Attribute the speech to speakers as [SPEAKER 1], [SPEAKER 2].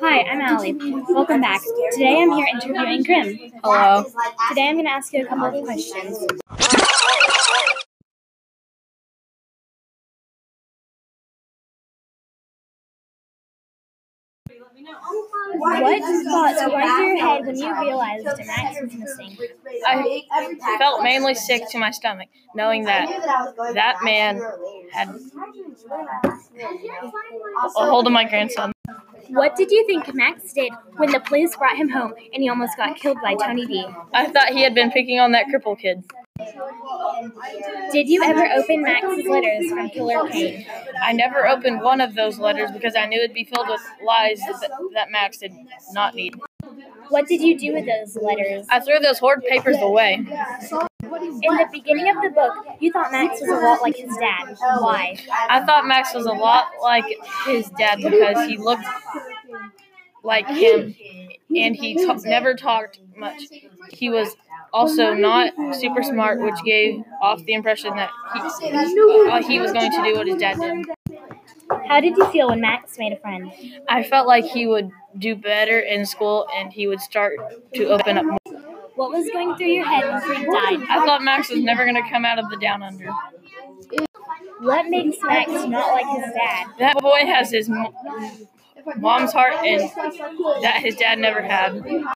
[SPEAKER 1] Hi, I'm Allie. Welcome back. Today I'm here interviewing Grim.
[SPEAKER 2] Hello.
[SPEAKER 1] Today I'm going to ask you a couple of questions. What thoughts went through your head when you realized that Max was missing?
[SPEAKER 2] I
[SPEAKER 3] felt mainly sick to my stomach, knowing that that man had a hold of my grandson.
[SPEAKER 1] What did you think Max did when the police brought him home and he almost got killed by Tony D?
[SPEAKER 3] I thought he had been picking on that cripple kid.
[SPEAKER 1] Did you ever open Max's letters from Killer Kane?
[SPEAKER 3] I never opened one of those letters because I knew it'd be filled with lies that, that Max did not need.
[SPEAKER 1] What did you do with those letters?
[SPEAKER 3] I threw those hoard papers away.
[SPEAKER 1] In the beginning of the book, you thought Max was a lot like his dad. Why?
[SPEAKER 3] I thought Max was a lot like his dad because he looked like him and he ta- never talked much. He was also not super smart, which gave off the impression that he, uh, he was going to do what his dad did.
[SPEAKER 1] How did you feel when Max made a friend?
[SPEAKER 3] I felt like he would do better in school and he would start to open up more.
[SPEAKER 1] What was going through your head when Grim died?
[SPEAKER 3] I thought Max was never going to come out of the down under.
[SPEAKER 1] What makes Max not like his dad?
[SPEAKER 3] That boy has his mo- mom's heart and that his dad never had.